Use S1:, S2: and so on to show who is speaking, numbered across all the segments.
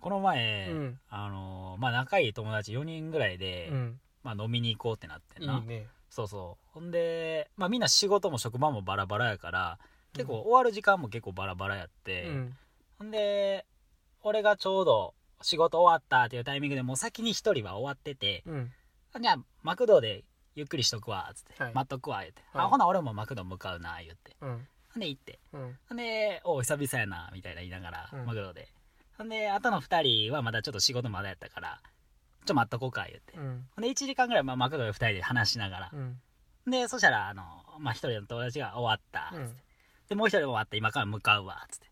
S1: この前、
S2: うん
S1: あのーまあ仲いい友達4人ぐらいで、
S2: うん
S1: まあ飲みに行こうってなってんない
S2: いね
S1: そうそうほんでまあみんな仕事も職場もバラバラやから結構終わる時間も結構バラバラやって、
S2: うん
S1: ほんで俺がちょうど仕事終わったっていうタイミングでもう先に一人は終わってて、
S2: うん
S1: じゃあマクドでゆっくりしとくわっつって、
S2: はい
S1: 待っとくわ言って、
S2: は
S1: あ
S2: い
S1: ほな俺もマクド向かうな言って
S2: うん
S1: ほんで行って
S2: うん
S1: ほんで、おう、久々やな、みたいな言いながら、
S2: うん
S1: マグロで。ほんで、あとの二人はまだちょっと仕事まだやったから、ちょっと待っとこうか、言って。
S2: うん
S1: ほんで、1時間ぐらい、まあ、マクロで二人で話しながら。
S2: うん
S1: で、そしたら、あの、まあ、一人の友達が終わった。
S2: うん
S1: で、もう一人も終わった。今から向かうわ、つって。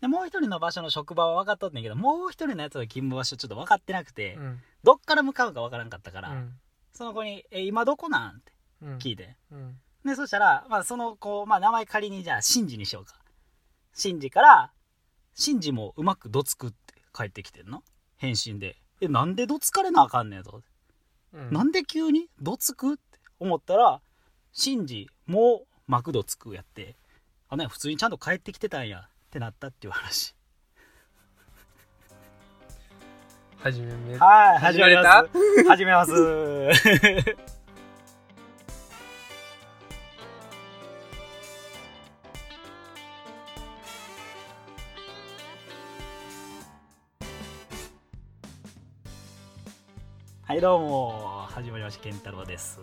S1: で、もう一人の場所の職場は分かっとってんけど、もう一人のやつの勤務場所ちょっと分かってなくて、
S2: うん
S1: どっから向かうか分からんかったから、
S2: うん
S1: その子に、え、今どこなんって
S2: うん
S1: 聞いて。
S2: うん
S1: で、そしたら、まあ、その子、まあ、名前仮にじゃあ、シンジにしようか。シンジから、シンジもうまくどつくって帰ってきてんの返信で。え、なんでどつかれなあかんねんと。
S2: うん
S1: なんで急にどつくって思ったら、シンジもうマクドつくやって、あ、ね、普通にちゃんと帰ってきてたんやってなったっていう話。
S2: 始めめ
S1: はい、。
S2: 始まります
S1: 始めます。 はい、どうも、始まりました、健太郎です。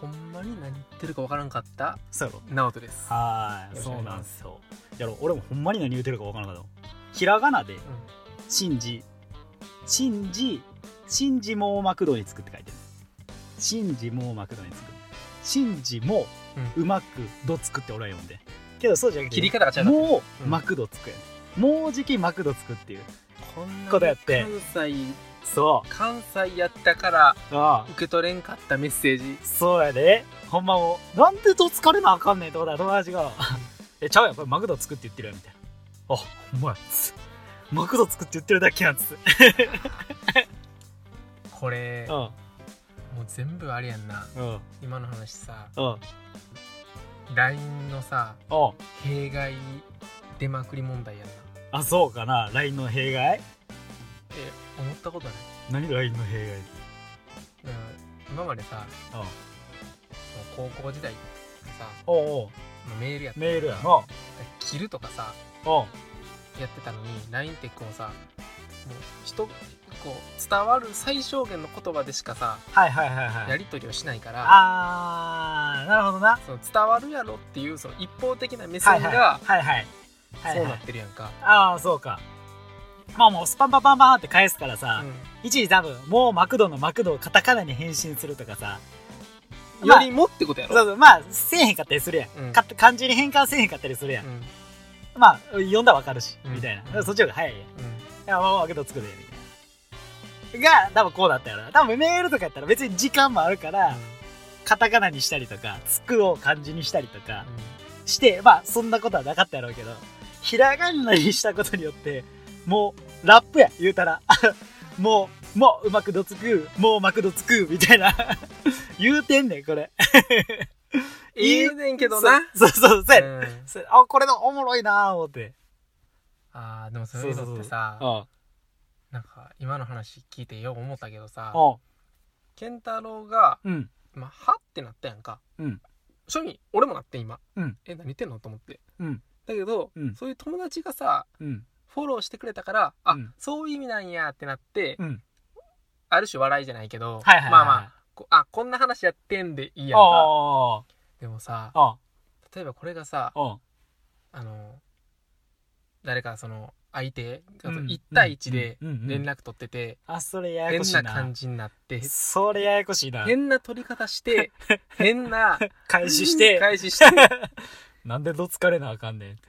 S2: ほんまに何言ってるかわからんかった
S1: そうやろ。
S2: 直人です
S1: はーい、
S2: よろしくお
S1: そう
S2: 願いし
S1: なん
S2: ま
S1: ですよ。やろ、俺もほんまに何言うてるかわからなかった。ひらがなで、
S2: う
S1: 信じ信じ信じ網膜度につくって書いてる信じ網膜度につく信じもうまく度つくって俺は読んでけどそうじゃなんくて
S2: 切り方が違うな
S1: もう
S2: うん
S1: 膜度つくやね、もうじき膜度つくっていう
S2: こん
S1: こと
S2: な
S1: や
S2: に
S1: って
S2: 関西
S1: そう
S2: 関西やったから
S1: ああ
S2: 受け取れんかったメッセージ
S1: そうやでほんまもうなんでどつかれなあかんねんってことだ友達が「えちゃうやんこれマクドつくって言ってるやん」みたいな「あほんまや」つってマクドつくって言ってるだけやん」つって
S2: これ
S1: う
S2: も
S1: ん
S2: う全部あれやんな
S1: うん
S2: 今の話さ
S1: うん
S2: LINE のさ
S1: うん
S2: 弊害出まくり問題やんな
S1: あそうかな LINE の弊害
S2: え思ったことない
S1: 何 LINE の弊害
S2: だから今までさ
S1: あ
S2: その高校時代さ
S1: おうおう
S2: まあメールやった
S1: メールやんおう
S2: 切るとかさ
S1: おう
S2: やってたのに LINE ってこうさもう人こう伝わる最小限の言葉でしかさ
S1: はいはいはいはい
S2: やり取りをしないから
S1: あーなるほどな
S2: その伝わるやろっていうその一方的な目線が
S1: はいはいはいはい
S2: そう
S1: は
S2: ないってるやんか、
S1: ああそうかまあもうスパンパンパンパンって返すからさ、一時多分もうマクドのマクドをカタカナに変身するとかさ
S2: うん
S1: ま
S2: よ
S1: あ
S2: りもってことや
S1: そう
S2: ろ、
S1: そうまあせえへんかったりするやん、
S2: うん
S1: か漢字に変換せえへんかったりするやん、
S2: うんうん
S1: まあ読んだらわかるし、
S2: うん
S1: みたいなだ
S2: うん
S1: からそっちの方が早いやんいや、まあまあ、けど作れ、みたいな。が、多分こうだったよな。多分メールとかやったら別に時間もあるから、カタカナにしたりとか、つくを漢字にしたりとかして、まあ、そんなことはなかったやろうけど、ひらがなにしたことによって、もう、ラップや、言うたら。 もう、もう、うまくどつく、もうまくどつく、みたいな。 言うてんねん、これ。
S2: うん、いいねんけどな、
S1: そうそうそう、そうやねん
S2: うん
S1: そうあ、これのおもろいなぁ、思って。
S2: あーでもそういうのってさ
S1: うん。
S2: なんか今の話聞いてよう思ったけどさ
S1: うん
S2: 健太郎が
S1: うん。
S2: まあ、はってなったやんか。
S1: うん
S2: 正味、俺もなってん今。
S1: うん
S2: え、何言ってんのと思って。
S1: うん
S2: だけど、
S1: うん
S2: そういう友達がさ、
S1: うん。
S2: フォローしてくれたから、あ、
S1: うん
S2: そういう意味なんやってなって、
S1: うん
S2: ある種笑いじゃないけど、
S1: はいはいはい。
S2: まあまあこ、あ、こんな話やってんでいいやんか。
S1: あ
S2: でもさ
S1: あ、、あ
S2: 例えばこれがさ、
S1: あ、うん。
S2: あの、誰かその、相手、あと
S1: うん
S2: 1対1で
S1: うんうんうん
S2: 連絡取ってて、
S1: あ、それややこ
S2: 変
S1: しいな。
S2: な感じになって、
S1: それややこしいな。
S2: 変な取り方 して、変な、
S1: 開始して。
S2: 開始して、
S1: なんでどつかれなあかんねんって。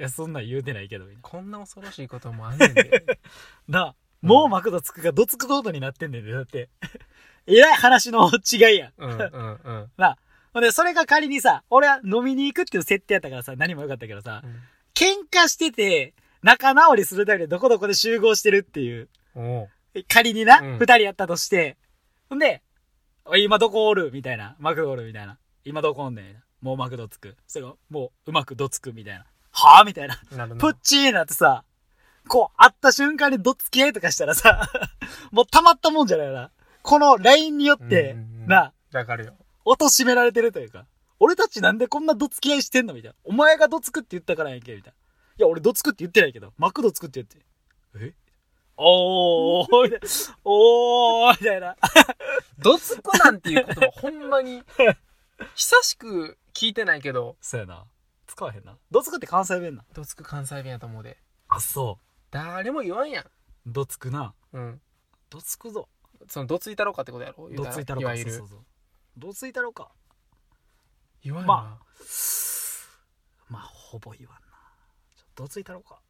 S1: いや、そんなん言うてないけど。みたい
S2: こんな恐ろしいこともあんねんで。
S1: ななあ、
S2: うん
S1: もうマクドつくがどつくことになってんねんで、だって。 えらい話の違いやん。
S2: うんうんうん。
S1: ほんで、それが仮にさ、俺は飲みに行くっていう設定やったからさ、何もよかったけどさ、喧嘩してて、仲直りするためにどこどこで集合してるっていう。
S2: おう
S1: 仮にな、二、
S2: うん
S1: 人やったとして、ほんで、おい今どこおるみたいな。マクドおるみたいな。今どこおんねんみたいな。もうマクドつく。それが、もううまくどつくみたいな。はぁみたいな。
S2: なる
S1: プッチーなってさ、こう、会った瞬間にどつき合いとかしたらさ、 もうたまったもんじゃないよな。この LINE によって
S2: うんうんうん、
S1: な、
S2: わかるよ。
S1: 貶としめられてるというか、俺たちなんでこんなどつき合いしてんのみたいな。お前がどつくって言ったからやんけ、みたいな。いや、俺どつくって言ってないけど、マクドつくって言って。えおー、みたいな。おー、みたいな。
S2: どつくなんていう言葉、ほんま に、久しく聞いてないけど、
S1: そうやな。使わへんな。どつくって関西弁な。
S2: どつく関西弁やと思うで。
S1: あ、そ
S2: 誰も言わんやん。
S1: う。どつくな。
S2: うん。
S1: どつくぞ。
S2: その、どついたろかってことやろ言う
S1: どついたろ
S2: い
S1: か。
S2: わゆ
S1: そう
S2: る
S1: そう。そうどついたろか。
S2: 言わんよな
S1: ままあ、ほぼ言わんな。ちょどついたろか。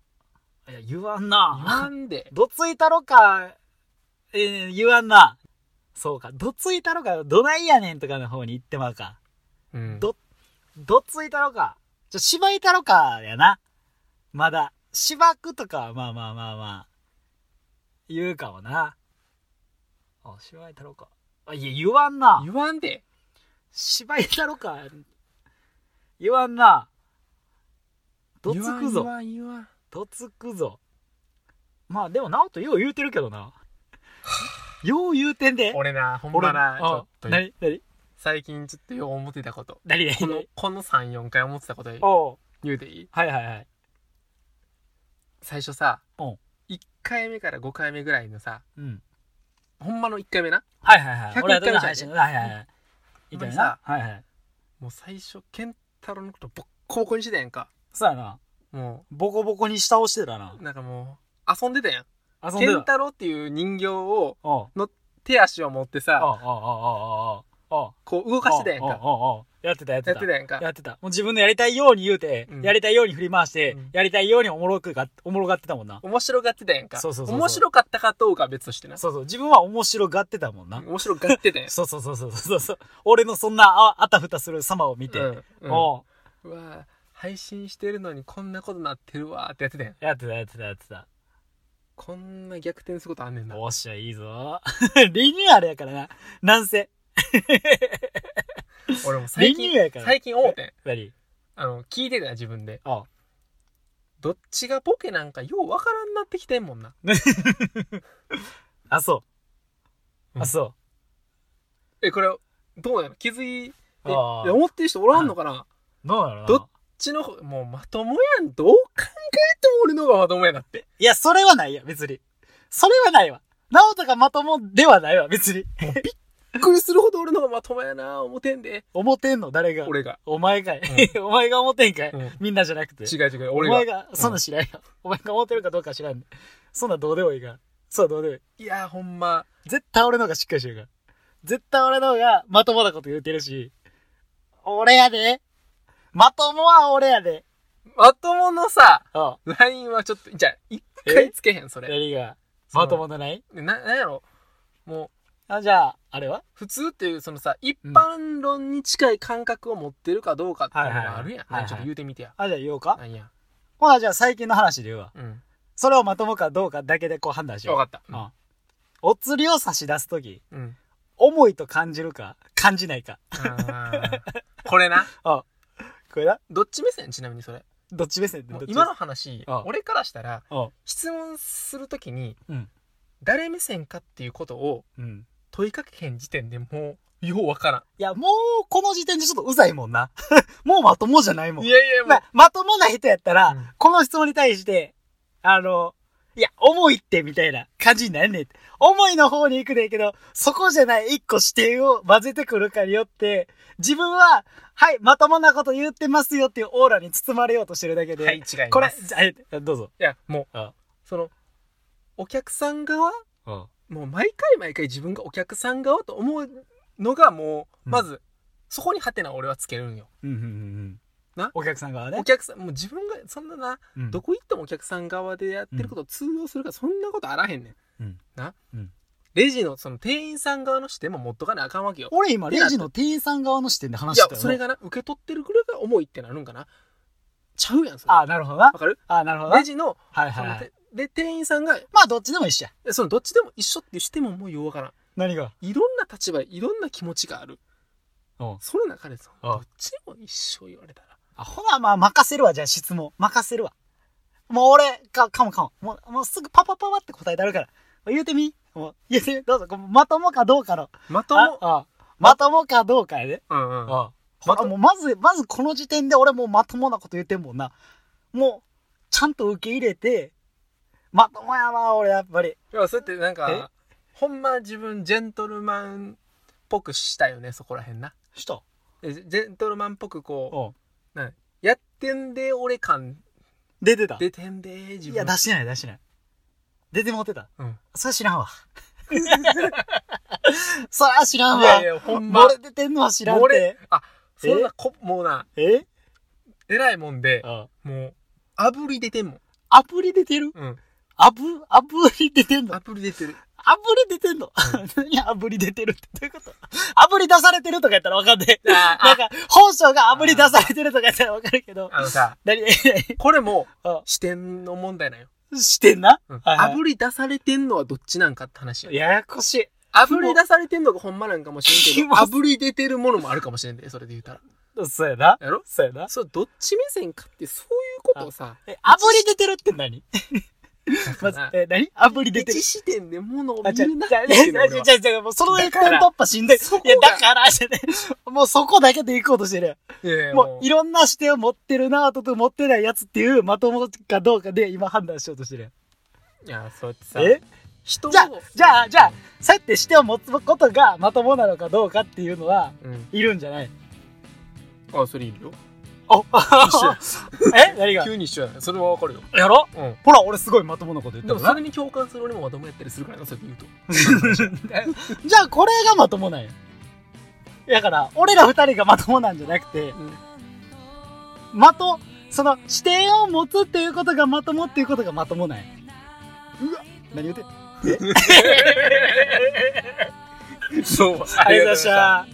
S1: いや、言わんな。
S2: 言わんで。
S1: どついたろか、えー言わんな。そうか。どついたろか、どないやねんとかの方に行ってまうか。
S2: うん
S1: どどついたろか。ちょ、しばいたろか、やな。まだ。しばくとかは、まあまあまあまあ。言うかもな。あ、しばいたろか。あ、いや、言わんな。
S2: 言わんで。
S1: しばいたろか。言わんな。どつくぞ
S2: 言。わん言わん言わん。
S1: どつくぞ。まあでも、なおとよう言うてるけどな。 よう言うてんで。
S2: 俺な、ほんまな、ち
S1: あ
S2: ょっと、
S1: 何何
S2: 最近ちょっとよう思ってたこと。
S1: 何何
S2: この、この3、4回思ってたこと
S1: おう
S2: 言うでいい
S1: はいはいはい。
S2: 最初さ、
S1: うん
S2: 1回目から5回目ぐらいのさ、
S1: うん。
S2: ほんまの1回目な。
S1: はいはいはい。
S2: 101
S1: 俺はどんな
S2: 回
S1: 配
S2: じゃ
S1: 信
S2: ん
S1: はいはいはい。いいかな。はいはい。
S2: もう最初、ケンタロウのことボッコボコにしてたやんか。
S1: そうやな。
S2: も
S1: ボコボコに下押してたな
S2: う、。なんかもう、遊んでたやん。
S1: 遊ん
S2: ケ
S1: で
S2: ン
S1: た。
S2: タロウっていう人形を
S1: おう
S2: 手足を持って
S1: おうお
S2: さ、
S1: うおうおうおうおうおう
S2: こう動かしてたやん
S1: おう
S2: か。
S1: おうおうおうやってたやって
S2: やったて。たやんか。
S1: やってた。もう自分のやりたいように言うて
S2: う、ん
S1: やりたいように振り回して
S2: うん、
S1: やりたいようにおもろくが、おもろがってたもんな。
S2: 面白がってたやんか。
S1: そうそうそうそう
S2: 面白かったかどうかは別としてな。
S1: そうそう。自分は面白がってたもんな。
S2: 面白がってたやん。
S1: そうそうそうそうそうそう。俺のそんなああたふたする様を見て、
S2: うんうん
S1: おう
S2: うわ配信してるのにこんなことなってるわってやってたやん
S1: やってたやってたやってた。
S2: こんな逆転することあんねんな
S1: おっしゃ、いいぞ。 リニューアルやからな。なんせ。
S2: 俺も最
S1: リニューアル
S2: 近
S1: やから。
S2: 最近思うてん
S1: 何
S2: あの聞いてた自分で
S1: あ
S2: どっちがボケなんかようわからんなってきてんもんな
S1: あ、そう。
S2: うん
S1: あ、そう。
S2: えこれどうなの気づいえ
S1: あー
S2: 思ってる人おらんのかなこ
S1: どうなの
S2: どっちの方もうまともやんどう考えても俺の方がまともやなって
S1: いや、それはないや、別に。それはないわ。なおとかまともではないわ、別に。
S2: びっくりするほど俺の方がまともやな思てんで
S1: 思てんの、誰が。
S2: 俺が、
S1: お前かい。 お前が思てんかい。
S2: うん、違
S1: みんなじゃなくて。
S2: う違う
S1: お
S2: 俺が
S1: 前が、そんなん知らんよ。お前が思ってるかどうか知らん、ね。そんなんどうでもいいから。そう、どうでもいい。
S2: いやほんま
S1: 絶対俺の方がしっかりしてるから。絶対俺の方がまともなこと言ってるし。俺やで。まともは俺やで。
S2: まとものさ
S1: あ
S2: LINE はちょっと、じゃあ、一回つけへん、それ。
S1: 何が
S2: その
S1: まともでない
S2: な、なんやろも
S1: あ、じゃあ、あれは
S2: う、普通っていう、そのさ、一般論に近い感覚を持ってるかどうかっていうの
S1: はいはいはい
S2: があるやん。
S1: はいはい
S2: ちょっと言うてみてや。
S1: あ、じゃあ言おうか。
S2: なんや。
S1: ほな、じゃあ最近の話で言うわ。
S2: うん。
S1: それをまともかどうかだけでこう判断しよ
S2: わ
S1: う。
S2: かった。
S1: あお釣りを差し出すとき、
S2: うん。
S1: 重いと感じるか、感じないか。
S2: あーこ れな。
S1: これだ
S2: どっち目線ちなみにそれ。
S1: どっち目線でど
S2: も
S1: っ
S2: う
S1: ち目線
S2: 今の話
S1: あ、
S2: 俺からしたら
S1: あ、
S2: 質問するときに
S1: うん、
S2: 誰目線かっていうことを
S1: うん。
S2: 問いかけへん時点でもう、ようわから
S1: いや、もうこの時点でちょっとうざいもんな。 もうまともじゃないもん
S2: ん。。やいや
S1: ま、まともな人やったら、
S2: うん
S1: この質問に対して、あの、いや、重いってみたいな感じになんねんって。重いの方に行くねんけど、そこじゃない一個視点を混ぜてくるかによって、自分は、はい、まともなこと言ってますよっていうオーラに包まれようとしてるだけで、
S2: はい、違います。
S1: これ、じゃあどうぞ。
S2: いや、もう
S1: あ、
S2: その、お客さん側
S1: うん。
S2: もう毎回毎回自分がお客さん側と思うのがも
S1: う
S2: う、
S1: ん
S2: まず、そこにハテナを俺はつけるんよ。
S1: うん、うん、うん。
S2: な
S1: お客さん側ね
S2: お。客さん、もう自分が、そんなな、
S1: うん
S2: どこ行ってもお客さん側でやってることを通用するから、そんなことあらへんねん。
S1: うん
S2: な、
S1: うん
S2: レジの、その店員さん側の視点も持っとかなあかんわけよ。
S1: 俺今、レジの店員さん側の視点で話
S2: い
S1: し
S2: や
S1: て、たよ。
S2: それがな、受け取ってるぐらいが重いってなるんかな。ちゃうやん、それ。わ
S1: あ、なるほどな。
S2: かる
S1: あ、なるほどな
S2: レ。ジの、
S1: はい
S2: そ
S1: はい
S2: の、
S1: はい。
S2: てで、店員さんが、
S1: まあ、どっちでも一緒や。
S2: その、どっちでも一緒っていう視点ももうようわからん。
S1: 何が
S2: いろんな立場いろんな気持ちがある
S1: うん
S2: その中でそ
S1: あ
S2: のどっちも一生言われたら
S1: あ、ほな、まあ、任せるわ、じゃあ質問。任せるわ。もう俺、か、かもかも。もう、もうすぐパパパパって答えてあるから。もう言うてみもう、言うてみどうぞ。こうまともかどうかの。
S2: まと
S1: あ
S2: も、
S1: あまともかどうかやで。
S2: うんうん。
S1: あ
S2: まと
S1: もうまず、まずこの時点で俺もうまともなこと言ってんもんな。もう、ちゃんと受け入れて、まともやな、俺やっぱり。
S2: いや、そうやってなんか、ほんま自分ジェントルマンっぽくしたよね、そこらへんな。
S1: した
S2: でジェントルマンっぽくこ
S1: うん。
S2: う、なんやってんで俺感
S1: 出てた。
S2: 出てんで自分。
S1: いや、出してない、出してない。出てもうてた。
S2: うん
S1: それは知らんわ。それは知らん
S2: い
S1: わ。
S2: やいや、ほんま
S1: 漏。れ出てんのは知らん
S2: 漏
S1: て
S2: れ。あ、そんなこ、もうな、
S1: え
S2: 偉いもんで、
S1: あ
S2: もう、あぶり出てんもん。
S1: アプリ出てる
S2: うん。
S1: アブ、アプリ出てんの
S2: あぶり出てる。
S1: アプリ出てんの 何アプリ出てるってどういうことアプリ出されてるとかやったらわかんねえ。
S2: あ
S1: なんか、本性がアプリ出されてるとかやったらわかるけど。
S2: あのさ、
S1: 何 何
S2: これも
S1: あ
S2: 視点の問題なんよ。
S1: 何してんな
S2: うん。
S1: はいはい
S2: あぶり出されてんのはどっちなんかって話よ。
S1: ややこしい。
S2: あぶり出されてんのがほんまなんかもしれ
S1: キ
S2: んけ
S1: モ
S2: ど、あぶり出てるものもあるかもしれんで、それで言 うたら。
S1: そうやな。
S2: やろ
S1: そうやな。
S2: そう、どっち目線かって、そういうことをさ、
S1: え、アプリ出てるって何まず
S2: ま、あ
S1: え、何アプリ出てる
S2: 一。視点で物を
S1: あ、
S2: 見
S1: じゃ、
S2: る
S1: じ
S2: な
S1: ゃ、
S2: っていうのが俺は
S1: じゃ、じゃ、もうその一点
S2: だから
S1: 突破しんどい。
S2: そ
S1: い
S2: こが
S1: や、だから、じゃね、もうそこだけで行こうとしてる。
S2: いやいや
S1: も
S2: も
S1: う、いろんな視点を持ってるなぁとと持ってないやつっていう、まともかどうかで今判断しようとしてる。
S2: う、いや、そうやってさ、
S1: え
S2: 人を
S1: じゃあじゃあじゃあ、そうやって視点を持つことがまともなのかどうかっていうのは、
S2: うん。
S1: いるんじゃない
S2: あ、それいいよ。
S1: お
S2: 緒や
S1: え何が
S2: 急に一緒やなそれはわかるよ。
S1: やろ
S2: うん。
S1: ほら、俺すごいまともなこと言っ
S2: で
S1: た
S2: も、
S1: もん
S2: そ
S1: な
S2: れに共感する俺もまともやったりするからな、それで言うと。
S1: じゃあ、これがまともなんや。だから、俺ら二人がまともなんじゃなくて、
S2: うん。
S1: まと、その視点を持つっていうことがまともっていうことがまともない。うわ、何言うてん。
S2: そう、
S1: ありがとうございました。